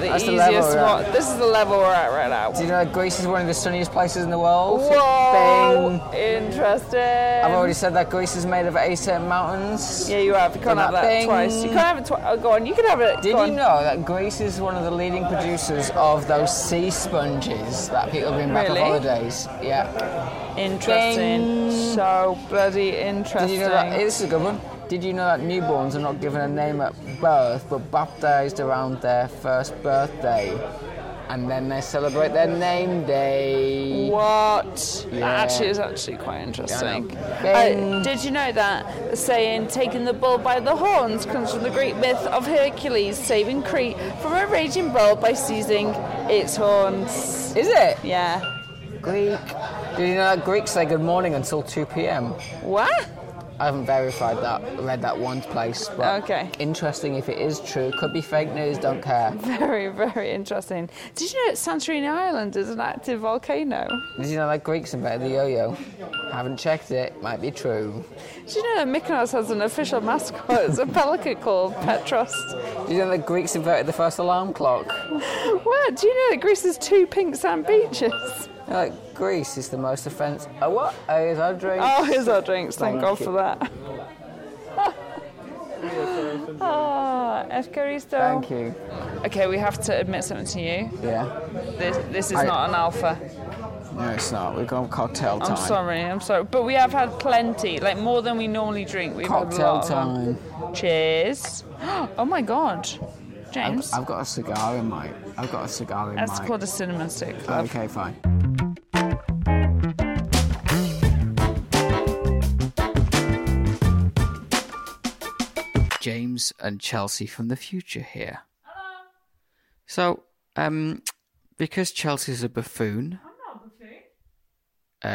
Speaker 1: the
Speaker 2: That's
Speaker 1: easiest
Speaker 2: the level we're
Speaker 1: one.
Speaker 2: at.
Speaker 1: This is the level we're at right now.
Speaker 2: Do you know that Greece is one of the sunniest places in the world?
Speaker 1: Whoa!
Speaker 2: Bing.
Speaker 1: Interesting.
Speaker 2: I've already said that Greece is made of eight certain mountains.
Speaker 1: Yeah, you have. You can't have
Speaker 2: Done that
Speaker 1: that
Speaker 2: thing.
Speaker 1: twice. You can't have it twice. Oh, go on. You can have it.
Speaker 2: Did
Speaker 1: go
Speaker 2: you
Speaker 1: on.
Speaker 2: know that Greece is one of the leading producers of those sea sponges that people bring back
Speaker 1: Really?
Speaker 2: on holidays? Yeah.
Speaker 1: Interesting. So bloody
Speaker 2: Did
Speaker 1: interesting.
Speaker 2: you know that? eh, This is a good one. Did you know that newborns are not given a name at birth, but baptized around their first birthday, and then they celebrate their name day?
Speaker 1: What?
Speaker 2: Yeah.
Speaker 1: That actually is actually quite interesting.
Speaker 2: Yeah, I know.
Speaker 1: Uh, did you know that the saying "taking the bull by the horns" comes from the Greek myth of Hercules saving Crete from a raging bull by seizing its horns?
Speaker 2: Is it
Speaker 1: Yeah.
Speaker 2: Greek? Did you know that Greeks say good morning until 2 p.m.?
Speaker 1: What?
Speaker 2: I haven't verified that, read that one place, but
Speaker 1: Okay.
Speaker 2: interesting if it is true. Could be fake news, don't care.
Speaker 1: Very, very interesting. Did you know that Santorini Island is an active volcano?
Speaker 2: Did you know that Greeks invented the yo-yo? Haven't checked it. Might be true.
Speaker 1: Did you know that Mykonos has an official mascot? It's a pelican called Petros.
Speaker 2: Did you know that Greeks invented the first alarm clock?
Speaker 1: What? Do you know that Greece has two pink sand beaches?
Speaker 2: You know that Greece is the most offensive. Oh what? Oh, here's our drink.
Speaker 1: Oh, here's our drinks. Thank
Speaker 2: Thank
Speaker 1: God
Speaker 2: you.
Speaker 1: for that. Ah, Efkaristo.
Speaker 2: Thank you.
Speaker 1: Okay, we have to admit something to you.
Speaker 2: Yeah.
Speaker 1: This, this is
Speaker 2: I-
Speaker 1: not an alpha.
Speaker 2: No, it's not. We've got cocktail time.
Speaker 1: I'm sorry, I'm sorry. But we have had plenty, like more than we normally drink. We've had a
Speaker 2: Cocktail
Speaker 1: lot of them.
Speaker 2: time.
Speaker 1: Cheers. Oh my god. James,
Speaker 2: I've got a cigar in my. I've got a cigar in
Speaker 1: that's
Speaker 2: my.
Speaker 1: called a cinnamon stick. love.
Speaker 2: Okay, fine.
Speaker 3: James and Chelsea from the future here. So, um, because Chelsea's a buffoon. I'm not a buffoon.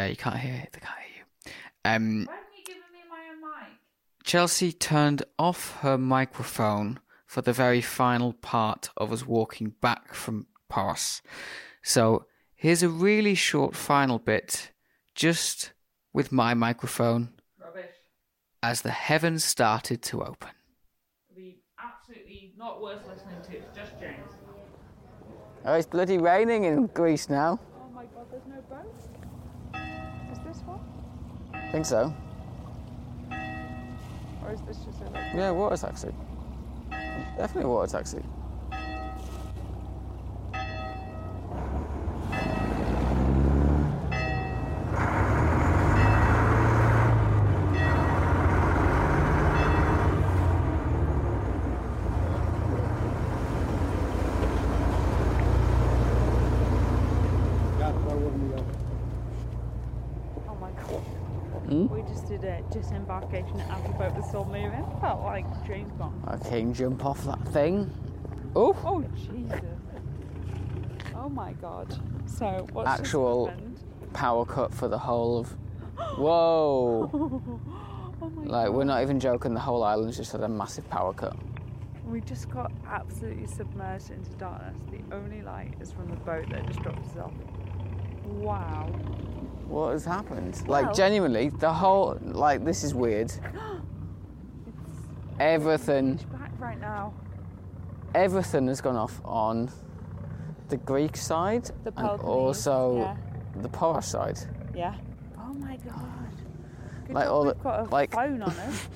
Speaker 3: Uh, you can't hear. They can't hear you. Um,
Speaker 1: Why haven't you given me my own mic?
Speaker 3: Chelsea turned off her microphone for the very final part of us walking back from Paris. So here's a really short final bit, just with my microphone.
Speaker 1: Rubbish.
Speaker 3: As the heavens started to open.
Speaker 1: It'd be absolutely not worth listening to. It's just James.
Speaker 2: Oh, it's bloody raining in Greece now.
Speaker 1: Oh my god, there's no boat. Is this one?
Speaker 2: I think so.
Speaker 1: Or is this just a regular?
Speaker 2: Yeah, water taxi. Definitely a water taxi.
Speaker 4: Oh my god.
Speaker 2: Hmm?
Speaker 4: We just did a disembarkation and the boat was still moving. Felt like James Bond.
Speaker 2: I can jump off that thing.
Speaker 4: Oh Jesus. Oh my god. So what's just
Speaker 2: Actual-
Speaker 4: happened?
Speaker 2: Power cut for the whole of. Whoa! like we're not even joking. The whole island's just had a massive power cut.
Speaker 4: We just got absolutely submerged into darkness. The only light is from the boat that just dropped us off. Wow.
Speaker 2: What has happened? Like genuinely, the whole like this is weird. everything,
Speaker 4: It's back right now.
Speaker 2: everything has gone off on the Greek side
Speaker 4: The
Speaker 2: and
Speaker 4: Peloponnese,
Speaker 2: also
Speaker 4: yeah.
Speaker 2: the Poros side.
Speaker 4: Yeah. Oh my god. Good
Speaker 2: Like
Speaker 4: job
Speaker 2: all
Speaker 4: we've
Speaker 2: the-
Speaker 4: got a
Speaker 2: like-
Speaker 4: phone on us.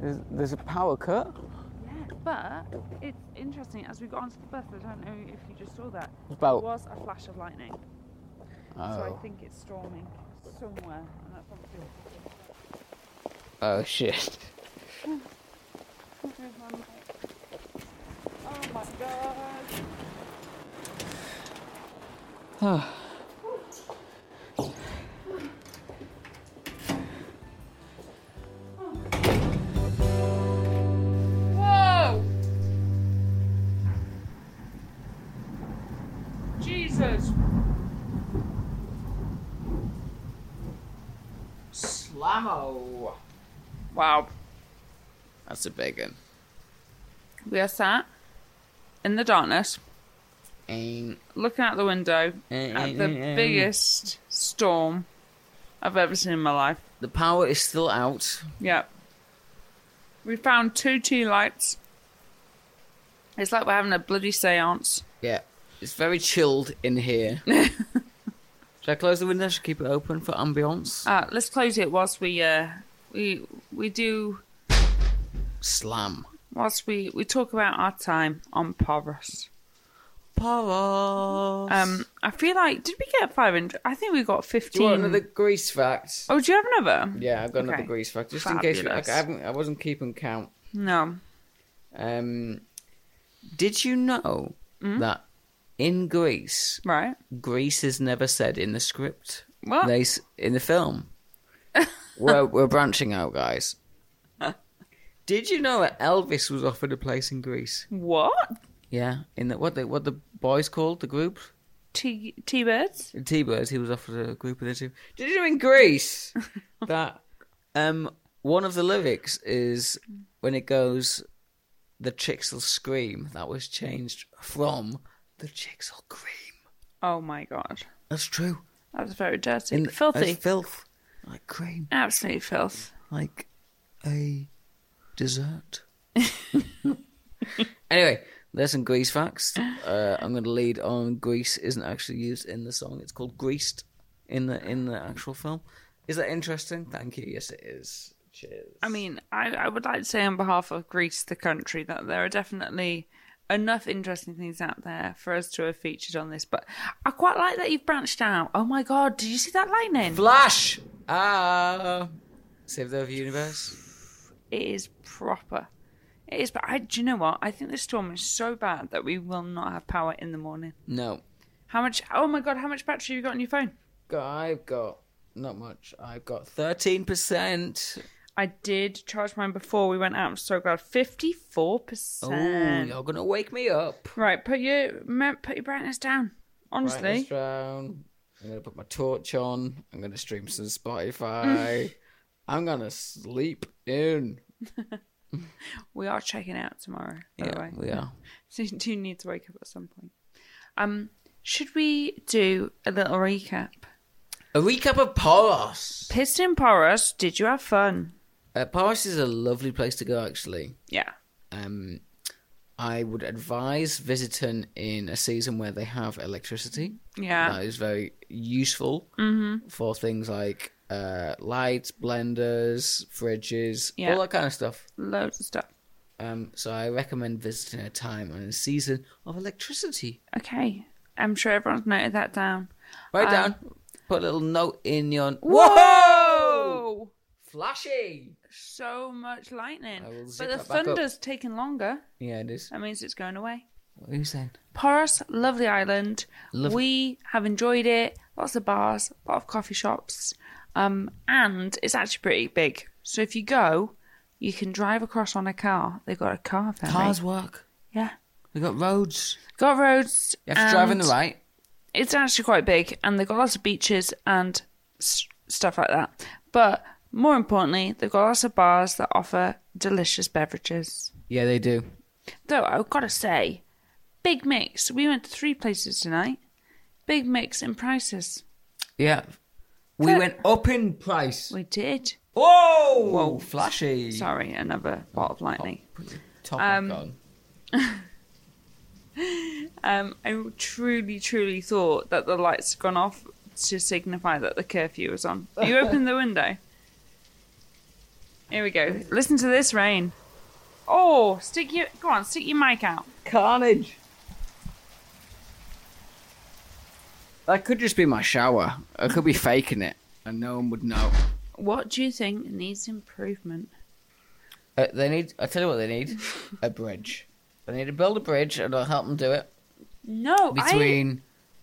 Speaker 2: There's, there's a power cut.
Speaker 4: yeah. But it's interesting as we got onto the bus. I don't know if you just saw that.
Speaker 2: About-
Speaker 4: There was a flash of lightning. So
Speaker 2: Oh.
Speaker 4: I think it's storming somewhere. And that's obviously
Speaker 2: Oh shit.
Speaker 4: Oh my god.
Speaker 1: Whoa! Jesus!
Speaker 2: ammo.
Speaker 1: Wow.
Speaker 2: That's a big one.
Speaker 1: We are sat in the darkness,
Speaker 2: Ain't
Speaker 1: looking out the window at the biggest storm I've ever seen in my life.
Speaker 2: the power is still out.
Speaker 1: Yep. We found two tea lights. It's like we're having a bloody seance.
Speaker 2: Yeah, it's very chilled in here. should I close the window? Should I keep it open for ambience?
Speaker 1: Uh, let's close it whilst we uh, we we do
Speaker 2: Slam.
Speaker 1: whilst we, we talk about our time on Paris.
Speaker 2: Power.
Speaker 1: Um, I feel like did we get five hundred? I think we got
Speaker 2: Do you want
Speaker 1: fifteen.
Speaker 2: another grease fact?
Speaker 1: Oh, do you have another?
Speaker 2: Yeah, I've got another
Speaker 1: Okay.
Speaker 2: grease fact. Just in case, we- like,
Speaker 1: Fabulous.
Speaker 2: I haven't, I wasn't keeping count.
Speaker 1: No.
Speaker 2: Um, did you know that in Greece,
Speaker 1: Hmm? Right.
Speaker 2: Greece is never said in the script?
Speaker 1: What?
Speaker 2: They s- in the film. we're we're branching out, guys. Did you know that Elvis was offered a place in Greece?
Speaker 1: What?
Speaker 2: Yeah, in the what the what the boys called the group
Speaker 1: T T birds?
Speaker 2: the T-Birds. He was offered a group of the two. Did you know in Greece that um one of the lyrics is when it goes, "The chicks will scream." That was changed from "The chicks will scream."
Speaker 1: Oh my god.
Speaker 2: That's true.
Speaker 1: That was very dirty.
Speaker 2: In-
Speaker 1: Filthy.
Speaker 2: as filth, like cream,
Speaker 1: Absolute filth.
Speaker 2: like a dessert. anyway, there's some Greece facts. Uh, I'm going to lead on. Greece isn't actually used in the song. It's called "Greased" in the in the actual film. Is that interesting? Thank you. Yes, it is. Cheers.
Speaker 1: I mean, I, I would like to say on behalf of Greece, the country, that there are definitely enough interesting things out there for us to have featured on this. But I quite like that you've branched out. Oh my god, did you see that lightning?
Speaker 2: Flash. Ah, save the universe.
Speaker 1: It is proper. It is. But I, do you know what? I think the storm is so bad that we will not have power in the morning.
Speaker 2: No,
Speaker 1: How much? Oh my god, how much battery have you got on your phone?
Speaker 2: I've got not much. I've got thirteen percent.
Speaker 1: I did charge mine before we went out. I'm so glad. Fifty-four
Speaker 2: Oh,
Speaker 1: percent.
Speaker 2: you're gonna wake me up.
Speaker 1: Right, put your ma- put your brightness down. Honestly,
Speaker 2: Brightness down. I'm gonna put my torch on. I'm gonna stream some Spotify. I'm gonna sleep in.
Speaker 1: we are checking out tomorrow. By the way,
Speaker 2: we are.
Speaker 1: so you do need to wake up at some point. Um, should we do a little recap?
Speaker 2: A recap of Paris.
Speaker 1: Piston Poros, did you have fun?
Speaker 2: Uh, Paris is a lovely place to go, actually.
Speaker 1: Yeah,
Speaker 2: Um, I would advise visiting in a season where they have electricity.
Speaker 1: yeah. Mm-hmm.
Speaker 2: That is very useful for things like uh, lights, blenders, fridges,
Speaker 1: Yeah.
Speaker 2: all that kind of stuff.
Speaker 1: loads of stuff.
Speaker 2: Um, so I recommend visiting a time and a season of electricity.
Speaker 1: Okay, I'm sure everyone's noted that down.
Speaker 2: Write
Speaker 1: Um,
Speaker 2: down, put a little note in your.
Speaker 1: Whoa!
Speaker 2: Flashy!
Speaker 1: So much lightning,
Speaker 2: I will
Speaker 1: but
Speaker 2: zip
Speaker 1: the
Speaker 2: that back up.
Speaker 1: thunder's taking longer.
Speaker 2: Yeah, it is.
Speaker 1: That means it's going away.
Speaker 2: What are you saying?
Speaker 1: Paris, lovely island.
Speaker 2: Lov-
Speaker 1: we have enjoyed it. Lots of bars, a lot of coffee shops, um, and it's actually pretty big. So if you go, you can drive across on a car. They've got a car ferry.
Speaker 2: Cars work.
Speaker 1: yeah.
Speaker 2: We got roads.
Speaker 1: Got roads.
Speaker 2: You have to drive in the
Speaker 1: and
Speaker 2: right.
Speaker 1: It's actually quite big, and they've got lots of beaches and s- stuff like that. But more importantly, they've got lots of bars that offer delicious beverages.
Speaker 2: Yeah, they do.
Speaker 1: Though I've got to say, Big Mix. We went to three places tonight. Big Mix and prices.
Speaker 2: Yeah. We
Speaker 1: That-
Speaker 2: went up in price.
Speaker 1: We did.
Speaker 2: Whoa! Whoa, flashy.
Speaker 1: Sorry, another bolt of lightning.
Speaker 2: Top
Speaker 1: Um,
Speaker 2: on.
Speaker 1: Um, I truly, truly thought that the lights had gone off to signify that the curfew was on. You opened the window. Here we go. Listen to this rain. Oh, stick your go on, stick your mic out.
Speaker 2: Carnage. That could just be my shower. I could be faking it, and no one would know.
Speaker 1: What do you think needs improvement?
Speaker 2: Uh, they need. I tell you what they need: a bridge. They need to build a bridge, and I'll help them do it
Speaker 1: No, I
Speaker 2: between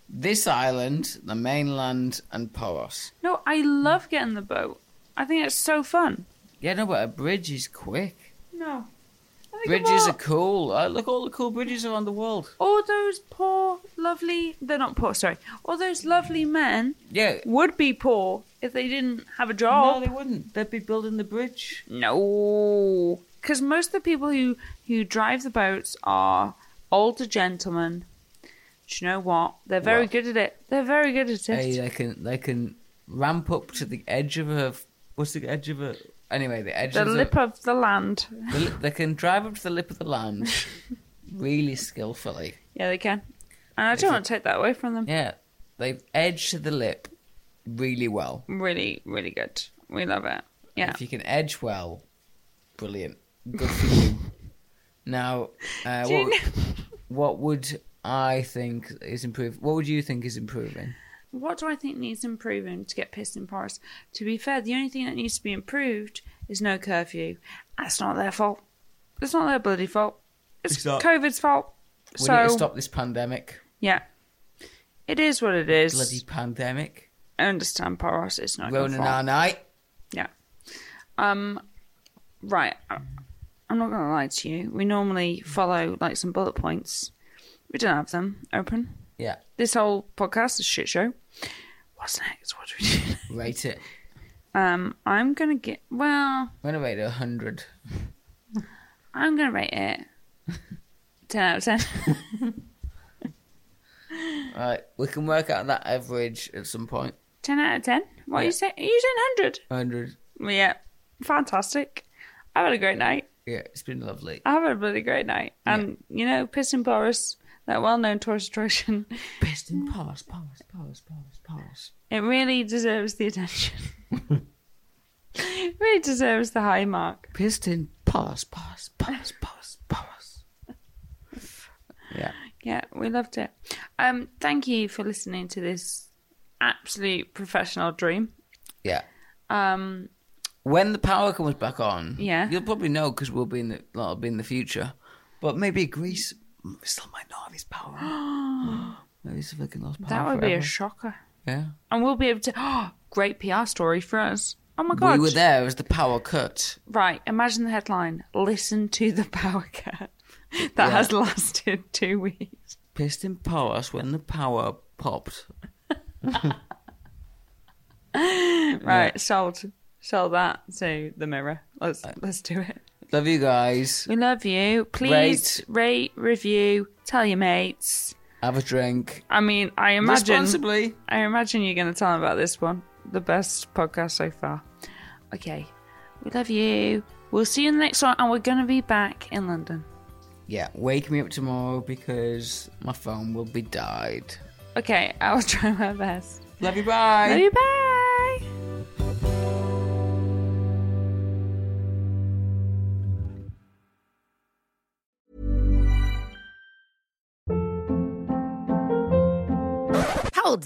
Speaker 2: this island, the mainland, and Poros.
Speaker 1: no, I love getting the boat. I think it's so fun.
Speaker 2: Yeah, no, but a bridge is quick.
Speaker 1: No. Oh I think
Speaker 2: Bridges
Speaker 1: about
Speaker 2: are cool. Uh, look, all the cool bridges around the world.
Speaker 1: all those poor, lovely. They're not poor. Sorry, all those lovely men
Speaker 2: Yeah,
Speaker 1: would be poor if they didn't have a
Speaker 2: No,
Speaker 1: job.
Speaker 2: they wouldn't. They'd be building the bridge.
Speaker 1: No, because most of the people who who drive the boats are older gentlemen. Do you know what? They're very
Speaker 2: What?
Speaker 1: good at it. They're very good at it.
Speaker 2: Hey, they can they can ramp up to the edge of a what's the edge of a anyway the edge
Speaker 1: the
Speaker 2: of
Speaker 1: lip of the land.
Speaker 2: the li- they can drive up to the lip of the land really skillfully.
Speaker 1: Yeah, they can. And I don't want to take that away from them.
Speaker 2: Yeah, they've edged to the lip really well.
Speaker 1: Really, really good. We love it. Yeah.
Speaker 2: If you can edge well, brilliant. Good for you. now, uh,
Speaker 1: Do you
Speaker 2: what, what would I think is improving? What would you think is improving?
Speaker 1: What do I think needs improving to get pissed in Paris? To be fair, the only thing that needs to be improved is no curfew. That's not their fault. It's not their bloody fault. It's,
Speaker 2: It's not.
Speaker 1: COVID's fault.
Speaker 2: We
Speaker 1: so
Speaker 2: need to stop this pandemic.
Speaker 1: yeah, it is what it is.
Speaker 2: Bloody pandemic.
Speaker 1: I understand Paris. It's not your
Speaker 2: Ronan
Speaker 1: fault.
Speaker 2: our night.
Speaker 1: Yeah. Um. Right. I- I'm not gonna lie to you. We normally follow like some bullet points. We don't have them open.
Speaker 2: Yeah,
Speaker 1: This whole podcast is a shit show. What's next? What do we do?
Speaker 2: rate it.
Speaker 1: Um, I'm gonna get. Well,
Speaker 2: I'm gonna rate it hundred.
Speaker 1: I'm gonna rate it ten out of ten.
Speaker 2: Right, we can work out that average at some point.
Speaker 1: ten out of ten. What are you saying? Are you saying hundred?
Speaker 2: Hundred.
Speaker 1: Yeah, fantastic. I had a great night.
Speaker 2: Yeah, it's been lovely.
Speaker 1: I had a really great night. And you know, Piston Boris, that well-known tourist attraction,
Speaker 2: Best in Paris, Paris, Paris, Paris, Paris.
Speaker 1: it really deserves the attention. it really deserves the high mark.
Speaker 2: Piston, Paris, Paris, Paris, Paris, Paris. yeah.
Speaker 1: Yeah, we loved it. Um, thank you for listening to this absolute professional dream.
Speaker 2: Yeah.
Speaker 1: Um,
Speaker 2: When the power comes back on,
Speaker 1: Yeah.
Speaker 2: you'll probably know because we'll be in the well, it'll be in the future. But maybe Greece still might not have its power. on. maybe it's fucking lost power.
Speaker 1: that would be a
Speaker 2: forever.
Speaker 1: shocker.
Speaker 2: yeah.
Speaker 1: and we'll be able to. Oh, great PR story for us. Oh my god!
Speaker 2: We were there as the power cut.
Speaker 1: Right, imagine the headline: "Listen to the power cut." That has lasted two weeks.
Speaker 2: Pissed in Paris when the power popped.
Speaker 1: Right, sold, sold that to the Mirror. Let's let's do it.
Speaker 2: Love you guys.
Speaker 1: We love you. Please rate, review, tell your mates.
Speaker 2: Have a drink.
Speaker 1: I mean, I imagine,
Speaker 2: Responsibly.
Speaker 1: I imagine you're going to tell them about this one. The best podcast so far. Okay, we love you. We'll see you in the next one, and we're going to be back in London.
Speaker 2: Yeah, wake me up tomorrow because my phone will be died.
Speaker 1: Okay, I will try my best.
Speaker 2: Love you, bye.
Speaker 1: Love you, bye.
Speaker 8: Hold